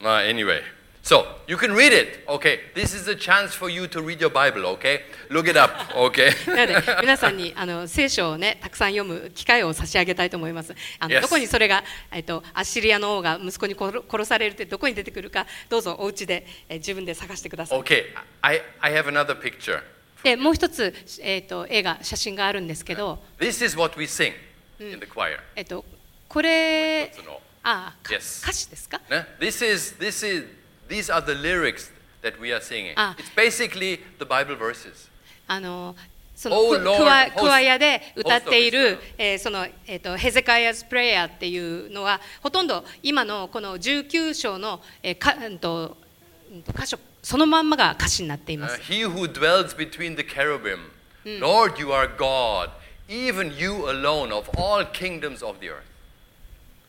Speaker 1: まあ anyway So you can read it okay This is a chance for you to read your Bible okay Look it up okay
Speaker 2: なので皆さんにあの聖書をねたくさん読む機会を差し上げたいと思います。あの
Speaker 1: Yes.
Speaker 2: どこにそれがえっとアッシリアの王が息子に殺殺されるってどこに出てくるかどうぞお家でえー自分で探してください。
Speaker 1: Okay I I have another picture
Speaker 2: でもう一つえっと映画写真があるんですけど
Speaker 1: This is what we sing in the choir
Speaker 2: えっとこれ
Speaker 1: その
Speaker 2: あか
Speaker 1: Yes.
Speaker 2: 歌詞ですか？
Speaker 1: ね This is this is these are the lyrics that we are singing
Speaker 2: あ
Speaker 1: It's basically the Bible verses
Speaker 2: あのその
Speaker 1: Oh
Speaker 2: ク
Speaker 1: Lord,
Speaker 2: クワ
Speaker 1: host-
Speaker 2: クワヤで歌ってい
Speaker 1: host
Speaker 2: る
Speaker 1: of Israel.、
Speaker 2: えーそのえっ、とヘゼカイアズプレイヤーっていうのはほとんど今のこの19章の、えーかうんとうんと箇所そのまんまが歌詞になっていま
Speaker 1: Uh,
Speaker 2: す。
Speaker 1: he who dwells between the cherubim, Lord, you are God, even you alone of all kingdoms of the earth.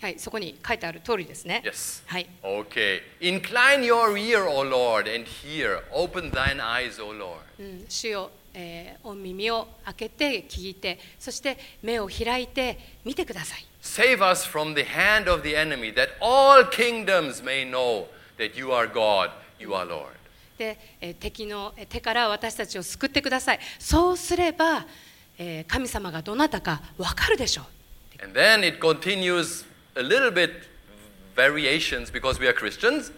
Speaker 2: はい、そこに書いてある通りですね。
Speaker 1: Yes.
Speaker 2: はい。
Speaker 1: Okay. Incline your ear, O Lord, and hear. Open thine eyes, O Lord.
Speaker 2: うん、主よ、えーお耳を開けて聞いて、そして目を開いて見てください。
Speaker 1: Save us from the hand of the enemy, that all kingdoms may know that you are God, you are Lord.
Speaker 2: で、えー敵のえー手から私たちを救ってくださいそうすれば、えー神様がどなたかわかるでしょう
Speaker 1: And then it continues a little bit variations because we are Christians.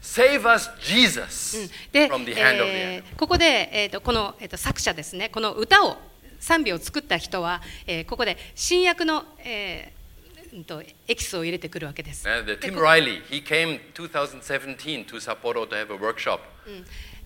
Speaker 1: Save us, Jesus,
Speaker 2: うんで
Speaker 1: from the hand of the enemy.
Speaker 2: えーここで、えー、とこの、えー、と作者ですねこの歌を賛美を作った人は、えーここで新約の、えーうんとエキスを入れてくるわけです。
Speaker 1: Yeah, the
Speaker 2: で
Speaker 1: Tim
Speaker 2: こ
Speaker 1: Riley, he came 2017 to Sapporo to have a workshop.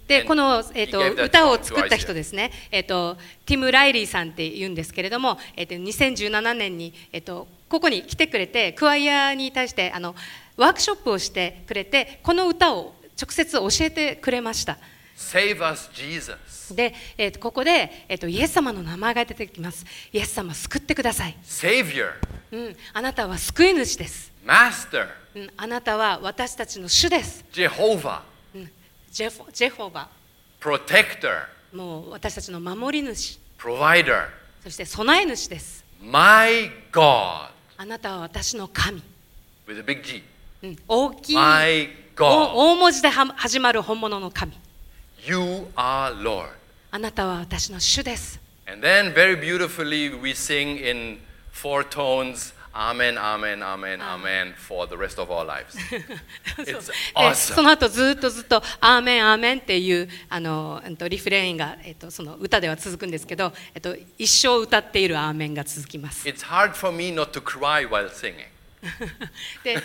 Speaker 2: で
Speaker 1: And
Speaker 2: この、えー
Speaker 1: he gave
Speaker 2: と
Speaker 1: that
Speaker 2: 歌
Speaker 1: song
Speaker 2: を
Speaker 1: to
Speaker 2: 作った
Speaker 1: Isaiah.
Speaker 2: 人ですね、えーと、ティム・ライリーさんっていうんですけれども、えーと2017年に、えーとここに来てくれて、クワイアに対してあのワークショップをしてくれて、この歌を直接教えてくれました。
Speaker 1: Save us, Jesus.
Speaker 2: で、えーとここで、えーとイエス様の名前が出てきます。イエス様、救ってください。
Speaker 1: Savior,
Speaker 2: うん、あなたは救い主です、
Speaker 1: Master,
Speaker 2: うん。あなたは私たちの主です。
Speaker 1: Jehovah,
Speaker 2: うん、ジェフォジェホバ、
Speaker 1: Protector,
Speaker 2: もう私たちの守り主。
Speaker 1: Provider,
Speaker 2: そして備え主です。
Speaker 1: my God,
Speaker 2: あなたは私の神。
Speaker 1: with a big G.
Speaker 2: うん大きい
Speaker 1: My
Speaker 2: お
Speaker 1: God,
Speaker 2: 大文字では始まる本物の神。
Speaker 1: you are Lord.
Speaker 2: あなたは私の主です。
Speaker 1: And then very beautifully we sing in four tones, Amen, Amen, Amen, Amen, for the rest of our lives.
Speaker 2: そ
Speaker 1: It's
Speaker 2: うで
Speaker 1: awesome.
Speaker 2: その後ずっとずっと「アーメンアーメン」っていうあの、うんと、リフレインが、えっと、その歌では続くんですけど、えっと、一生歌っている「アーメン」が続きます。
Speaker 1: It's hard for me not to cry while singing.
Speaker 2: で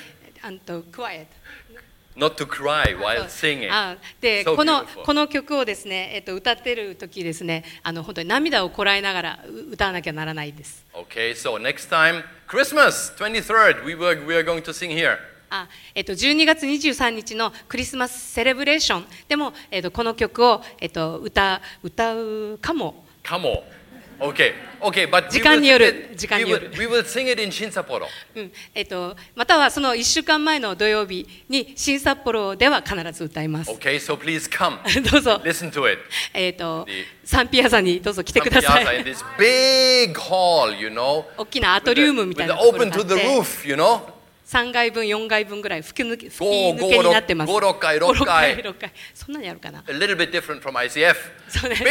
Speaker 2: あんとクワイエット
Speaker 1: not to cry while
Speaker 2: あ
Speaker 1: singing.
Speaker 2: あで
Speaker 1: So
Speaker 2: この
Speaker 1: beautiful.
Speaker 2: この曲をですね、えっと、歌ってる時ですねあの本当に涙をこらえながらう歌わなきゃならないです。
Speaker 1: Okay, so next time, Christmas 23rd, we, were, we are going to sing here.
Speaker 2: あえっと、12月23日のクリスマスセレブレーションでも、えっと、この曲を、えっと、歌歌うかも
Speaker 1: Come on. Okay, okay, but we
Speaker 2: 時間
Speaker 1: will,
Speaker 2: による
Speaker 1: sing
Speaker 2: 時
Speaker 1: it,
Speaker 2: 間
Speaker 1: we,
Speaker 2: によ
Speaker 1: will,
Speaker 2: る
Speaker 1: we will sing it in Shinsaporo.
Speaker 2: うんえっと、またはその1週間前の土曜日に新札幌では必ず歌います、
Speaker 1: Okay, so please come.
Speaker 2: どうぞ、
Speaker 1: Listen to it.
Speaker 2: えっと
Speaker 1: で、
Speaker 2: サンピアザにどうぞ来て
Speaker 1: Some
Speaker 2: くださ
Speaker 1: piazza in
Speaker 2: い
Speaker 1: this big hall, you know.
Speaker 2: 大きなア
Speaker 1: With
Speaker 2: トリウム
Speaker 1: the,
Speaker 2: み
Speaker 1: with
Speaker 2: たいな
Speaker 1: the
Speaker 2: ところ
Speaker 1: open
Speaker 2: があ
Speaker 1: to
Speaker 2: っ
Speaker 1: the
Speaker 2: て
Speaker 1: roof, you know.
Speaker 2: 3階分4階分ぐらい吹き抜け吹き
Speaker 1: 五
Speaker 2: 抜けになってます
Speaker 1: 五六階六階
Speaker 2: 五六階そんなにあるかな
Speaker 1: A little bit different from ICF.
Speaker 2: そうですこ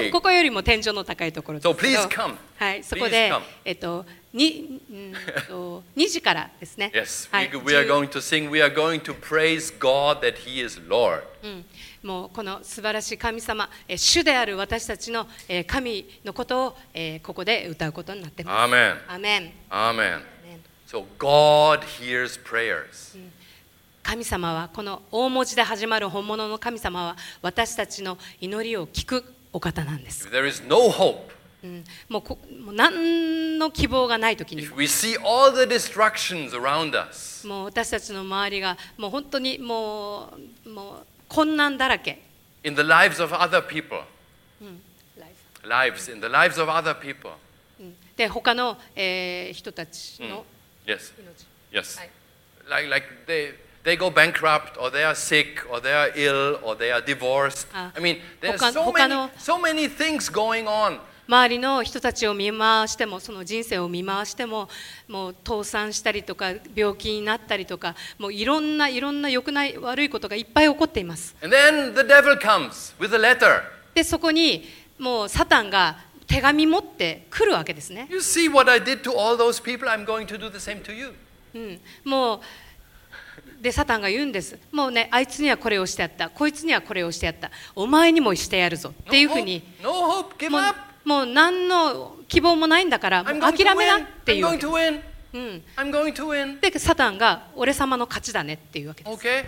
Speaker 1: Big.
Speaker 2: ここよりも天井の高いところですけど
Speaker 1: So please come.
Speaker 2: はい、そこで
Speaker 1: Please come.、
Speaker 2: えっと、に、うん と、2時からですね。
Speaker 1: Yes,
Speaker 2: はい
Speaker 1: we, we are going to sing. We are going to praise God that He is Lord.
Speaker 2: うんもうこの素晴らしい神様、えー主である私たちの、えー神のことを、えーここで歌うことになってます。
Speaker 1: Amen.
Speaker 2: アーメン
Speaker 1: Amen.
Speaker 2: アーメン
Speaker 1: So God hears prayers.
Speaker 2: 神様はこの大文字で始まる本物の神様は私たちの祈りを聞くお方なんです。
Speaker 1: If there is no hope,
Speaker 2: うんもうこもう何の希望がない時に
Speaker 1: If we see all the destructions around us,
Speaker 2: もう私たちの周りがもう本当にもうもう困難だらけ、
Speaker 1: in the lives of other people,
Speaker 2: うんライフ
Speaker 1: lives, in the lives of other people.
Speaker 2: うんで他の、えー人たち
Speaker 1: Mm.
Speaker 2: の
Speaker 1: Yes,
Speaker 2: 命、
Speaker 1: yes.
Speaker 2: Aye.
Speaker 1: Like, like they, they go bankrupt, or they are sick, or they are ill, or they are divorced.
Speaker 2: Ah.
Speaker 1: I mean, there's
Speaker 2: Hokan-
Speaker 1: so many,
Speaker 2: hokano-
Speaker 1: so many things going on.
Speaker 2: 周りの人たちを見回してもその人生を見回してももう倒産したりとか病気になったりとかもういろんないろんな良くない悪いことがいっぱい起こっています
Speaker 1: And then the devil comes with a letter.
Speaker 2: でそこにもうサタンが手紙持ってくるわけですね、
Speaker 1: You see what I did to all those people, I'm going to do the same to you.
Speaker 2: うん、もうでサタンが言うんですもうねあいつにはこれをしてやったこいつにはこれをしてやったお前にもしてやるぞっていうふう
Speaker 1: hope,
Speaker 2: に
Speaker 1: no hope, give
Speaker 2: もう
Speaker 1: up.
Speaker 2: もう何の希望もないんだからも
Speaker 1: I'm
Speaker 2: う
Speaker 1: going
Speaker 2: 諦
Speaker 1: to
Speaker 2: めな
Speaker 1: win.
Speaker 2: ってい
Speaker 1: I'm
Speaker 2: うわ
Speaker 1: going
Speaker 2: け
Speaker 1: to win.
Speaker 2: うん、
Speaker 1: I'm going to win.
Speaker 2: でサタンが俺様の勝ちだねっていうわけです、
Speaker 1: Okay?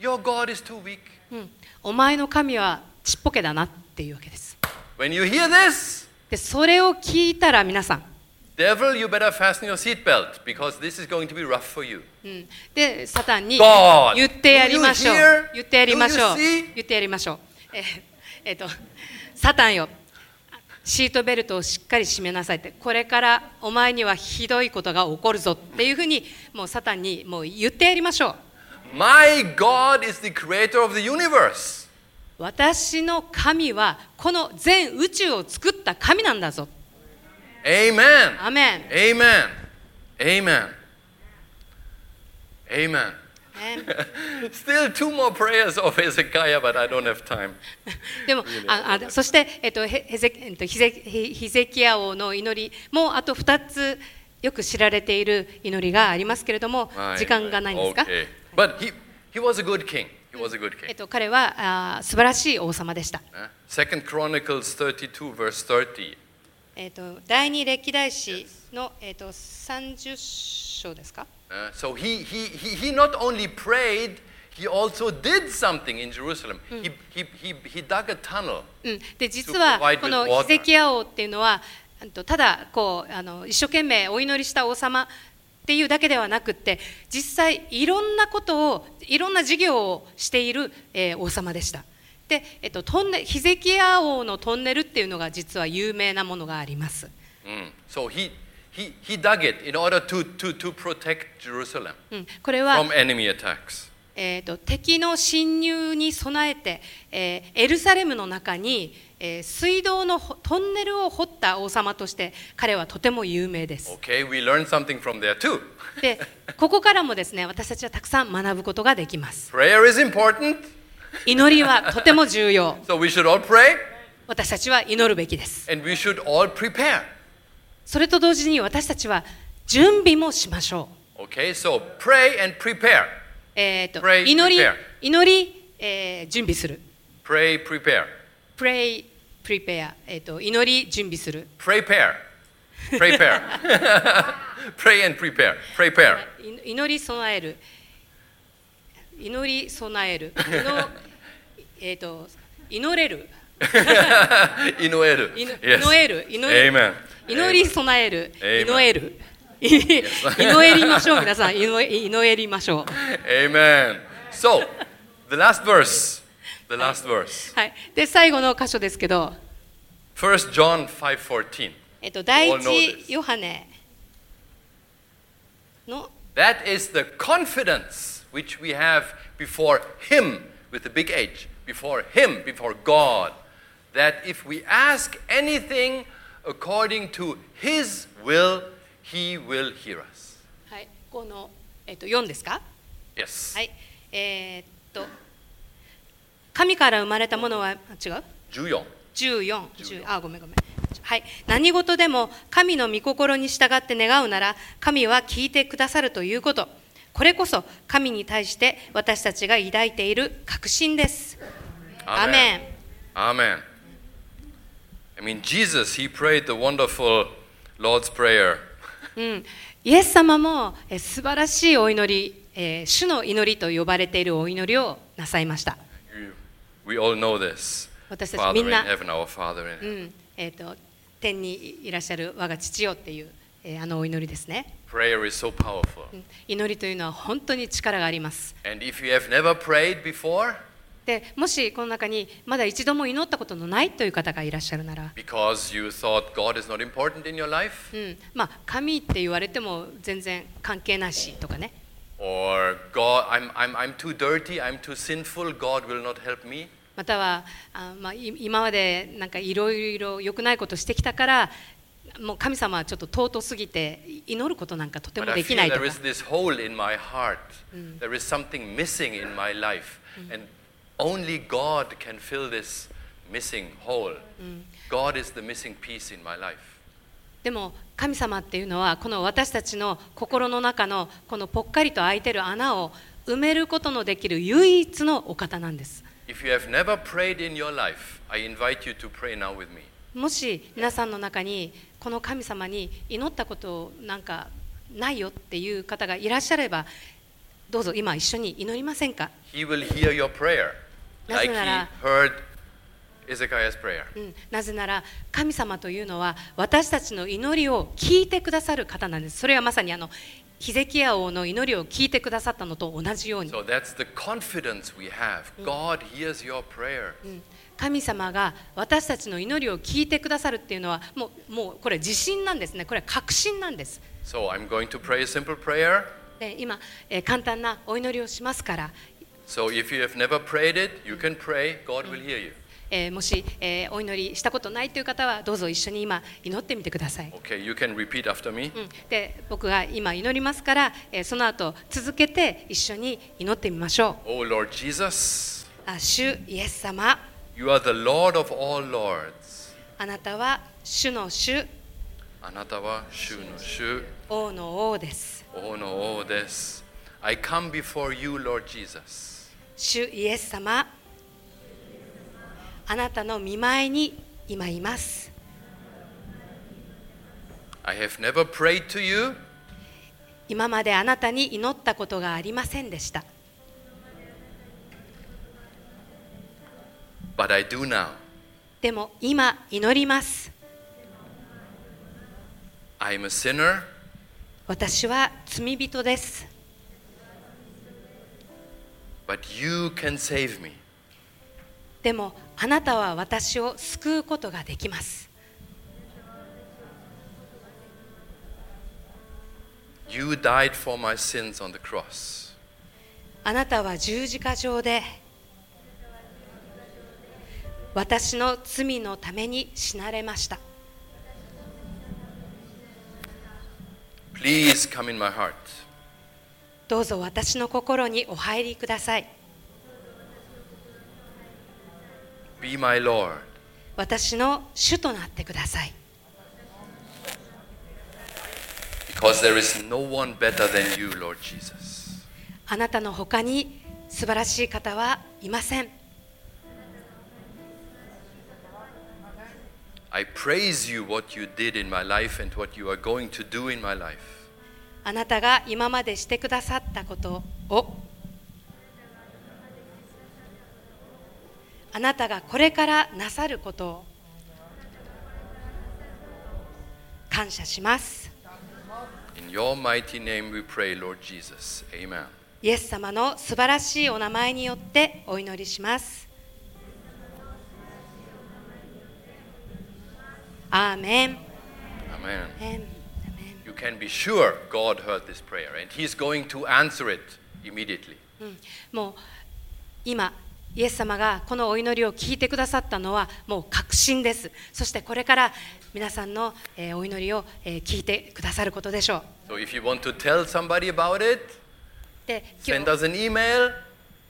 Speaker 1: Your God is too weak.
Speaker 2: うん、お前の神はちっぽけだなっていうわけです
Speaker 1: When you hear this,
Speaker 2: でそれを聞いたら皆さん、
Speaker 1: devil, you better fasten your seatbelt because this is going to be rough for you.
Speaker 2: うん、でサタンに
Speaker 1: God
Speaker 2: 言ってやりましょう
Speaker 1: Do you hear?
Speaker 2: 言ってやりましょう
Speaker 1: Do you see?
Speaker 2: 言ってやりましょうえーえーとサタンよシートベルトをしっかり締めなさいってこれからお前にはひどいことが起こるぞっていうふうにもうサタンにもう言ってやりましょう
Speaker 1: My God is the creator of the universe.
Speaker 2: 私の神はこの全宇宙を作った神なんだぞ
Speaker 1: Amen.
Speaker 2: アメン
Speaker 1: Amen. Amen. Amen.
Speaker 2: ね
Speaker 1: Still two more prayers of Hezekiah, but I don't have time.
Speaker 2: でも、ああそして、えっと、ヘヘゼえっとヒゼヒヒゼキヤ王の祈りもあと2つよく知られている祈りがありますけれども、
Speaker 1: My,
Speaker 2: 時間がないんですか、
Speaker 1: Okay. But he, he was a good king. He was a good
Speaker 2: え
Speaker 1: king.
Speaker 2: っと、彼はあー素晴らしい王様でした、
Speaker 1: Huh? Second Chronicles 32, verse 30.
Speaker 2: えっと、第二歴代史の、えっと、30章ですか
Speaker 1: Uh, so he, he, he, he not only prayed, he also did something in Jerusalem. He, he, he, he dug a tunnel.
Speaker 2: うん、で実は
Speaker 1: provide with
Speaker 2: この
Speaker 1: water.
Speaker 2: ヒゼキヤ王っていうのはあのただこうあの一生懸命お祈りした王様っていうだけではなくって実際いろんなことをいろんな事業をしている、えー王様でしたで、えっと、トンネヒゼキヤ王のトンネルっていうのが実は有名なものがあります
Speaker 1: Mm. So he, he, he dug it in order to, to, to protect Jerusalem
Speaker 2: うん、これは
Speaker 1: from、enemy attacks.
Speaker 2: えー、と敵の侵入に備えて、えーエルサレムの中に、えー水道のほトンネルを掘った王様として彼はとても有名です。
Speaker 1: Okay, we learned something from there too.
Speaker 2: でここからもですね私たちはたくさん学ぶことができます
Speaker 1: Prayer is important,
Speaker 2: 祈りはとても重要
Speaker 1: so we should all pray
Speaker 2: 私たちは祈るべきです
Speaker 1: and we should all prepare.
Speaker 2: それと同時に私たちは準備もしましょ
Speaker 1: Okay, so pray and prepare.
Speaker 2: う、えーと
Speaker 1: Pray,
Speaker 2: 祈り
Speaker 1: prepare.
Speaker 2: 祈り、えー準備する
Speaker 1: Pray, prepare.
Speaker 2: pray prepare、えー、と祈り準備する
Speaker 1: Prepare. Prepare. pray and prepare. Prepare.
Speaker 2: い祈り備える祈り備える祈えーと祈れる
Speaker 1: Inoeru.
Speaker 2: 祈
Speaker 1: Yes.
Speaker 2: 祈える祈える
Speaker 1: Amen.
Speaker 2: 祈り備える
Speaker 1: Amen.
Speaker 2: 祈える祈りましょう皆さん祈り祈りましょう
Speaker 1: Amen. So, the last verse. The last verse.
Speaker 2: はいで最後の箇所ですけど
Speaker 1: First John 5:14.
Speaker 2: えっと第
Speaker 1: All know
Speaker 2: 一
Speaker 1: this.
Speaker 2: ヨハネの
Speaker 1: That is the confidence which we have before him with a big H, before him, before God, that if we ask anything according to his will, he will hear us.
Speaker 2: はいこのえっと四ですか
Speaker 1: Yes.
Speaker 2: はいえーっと神から生まれたものはあ違う
Speaker 1: Juyon.
Speaker 2: 14 10あごめんごめんはい何事でも神の御心に従って願うなら神は聞いてくださるということこれこそ神に対して私たちが抱いている確信ですアメン
Speaker 1: Amen. I mean, Jesus, he prayed the wonderful Lord's Prayer.
Speaker 2: うん、イエス様もえー素晴らしいお祈り、えー主の祈りと呼ばれているお祈りをなさいました、
Speaker 1: You- We all know this.
Speaker 2: 私たち
Speaker 1: Father
Speaker 2: みん
Speaker 1: in
Speaker 2: な
Speaker 1: heaven, our Father in
Speaker 2: う
Speaker 1: heaven.
Speaker 2: んえー、と天にいらっしゃる我が父よっていう、えーあのお祈りですね
Speaker 1: Prayer is so powerful.
Speaker 2: うん祈りというのは本当に力があります
Speaker 1: And if you have never prayed before,
Speaker 2: でもしこの中にまだ一度も祈ったことのないという方がいらっしゃるなら、
Speaker 1: because you thought God is not important in your life,
Speaker 2: うんまあ、神って言われても全然関係ないしとかね
Speaker 1: or God, I'm, I'm, I'm too dirty, I'm too sinful, God will not help me,
Speaker 2: またはあ、まあ、い今までなんかいろいろ良くないことしてきたからもう神様はちょっと尊すぎてい祈ることなんかとて
Speaker 1: but
Speaker 2: も
Speaker 1: I
Speaker 2: でき
Speaker 1: feel
Speaker 2: ないと
Speaker 1: there
Speaker 2: か
Speaker 1: is this hole in my heart. There is something missing in my life, and only God can fill this missing hole. God is the missing piece in my life.
Speaker 2: でも神様っていうのはこの私たちの心の中のこのぽっかりと開いてる穴を埋めることのできる唯一のお方なんです
Speaker 1: If you have never prayed in your life, I invite you to pray now with me.
Speaker 2: もし皆さんの中にこの神様に祈ったことなんかないよっていう方がいらっしゃればどうぞ今一緒に祈りませんか、
Speaker 1: He will hear your prayer, like he
Speaker 2: なぜなら-
Speaker 1: heard Ezekiah's prayer.
Speaker 2: うん、なぜなら神様というのは私たちの祈りを聞いてくださる方なんですそれはまさにあのヒゼキヤ王の祈りを聞いてくださったのと同じように
Speaker 1: So that's the confidence we have. God hears your prayer.
Speaker 2: 神様が私たちの祈りを聞いてくださるっていうのはもうもうこれ自信なんですねこれは確信なんです
Speaker 1: So I'm going to pray a simple prayer.
Speaker 2: で今、えー簡単なお祈りをしますから、
Speaker 1: So if you have never prayed it, you can pray. God will hear you.
Speaker 2: えーもし、えーお祈りしたことないという方はどうぞ一緒に今祈ってみてください、
Speaker 1: Okay, you can repeat after me.
Speaker 2: うん、で僕が今祈りますから、えーその後続けて一緒に祈ってみましょう
Speaker 1: Oh Lord Jesus,
Speaker 2: あ主イエス様
Speaker 1: you are the Lord of all lords.
Speaker 2: あなたは主の主
Speaker 1: Anata wa shu no shu,
Speaker 2: 王の王です
Speaker 1: o no o desu. I come before you, Lord Jesus.
Speaker 2: 主イエス様あなたの見前に今います
Speaker 1: I have never prayed to you.
Speaker 2: 今まであなたに祈ったことがありませんでした
Speaker 1: But I do now.
Speaker 2: でも今祈ります
Speaker 1: I am a sinner.
Speaker 2: 私は罪人です
Speaker 1: But you can save me.
Speaker 2: でもあなたは私を救うことができます
Speaker 1: You died for my sins on the cross.
Speaker 2: あなたは十字架上で私の罪のために死なれました
Speaker 1: Please come in my heart.
Speaker 2: どうぞ私の心にお入りください
Speaker 1: Be my Lord.
Speaker 2: 私の主となってください
Speaker 1: Because there is no one better than you, Lord Jesus.
Speaker 2: あなたの他に素晴らしい方はいません
Speaker 1: I praise you what you did in my life and what you are going to do in my life.
Speaker 2: あなたが今までしてくださったことをあなたがこれからなさることを感謝します
Speaker 1: In your mighty name we pray, Lord Jesus. Amen.
Speaker 2: イエス様の素晴らしいお名前によってお祈りしますアーメン
Speaker 1: Amen.
Speaker 2: アーメン
Speaker 1: You can be sure God heard this prayer and He's going to answer it immediately.
Speaker 2: うんもう今イエス様がこのお祈りを聞いてくださったのはもう確信ですそしてこれから皆さんの、えーお祈りを、えー聞いてくださることでしょう
Speaker 1: So if you want to tell somebody about it,
Speaker 2: で今
Speaker 1: send
Speaker 2: 日
Speaker 1: us an email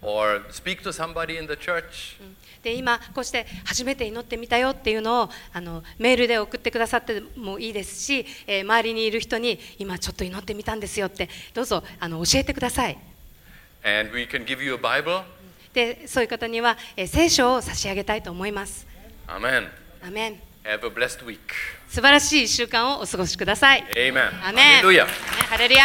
Speaker 1: or speak to somebody in the church.
Speaker 2: で今こうして初めて祈ってみたよっていうのをあのメールで送ってくださってもいいですし、えー周りにいる人に今ちょっと祈ってみたんですよってどうぞあの教えてください
Speaker 1: And we can give you a Bible.
Speaker 2: でそういう方には、えー聖書を差し上げたいと思います
Speaker 1: Amen.
Speaker 2: アメン
Speaker 1: Have a blessed week.
Speaker 2: 素晴らしい1週間をお過ごしください
Speaker 1: Amen.
Speaker 2: アメ
Speaker 1: Hallelujah.
Speaker 2: ンアメンハレルヤ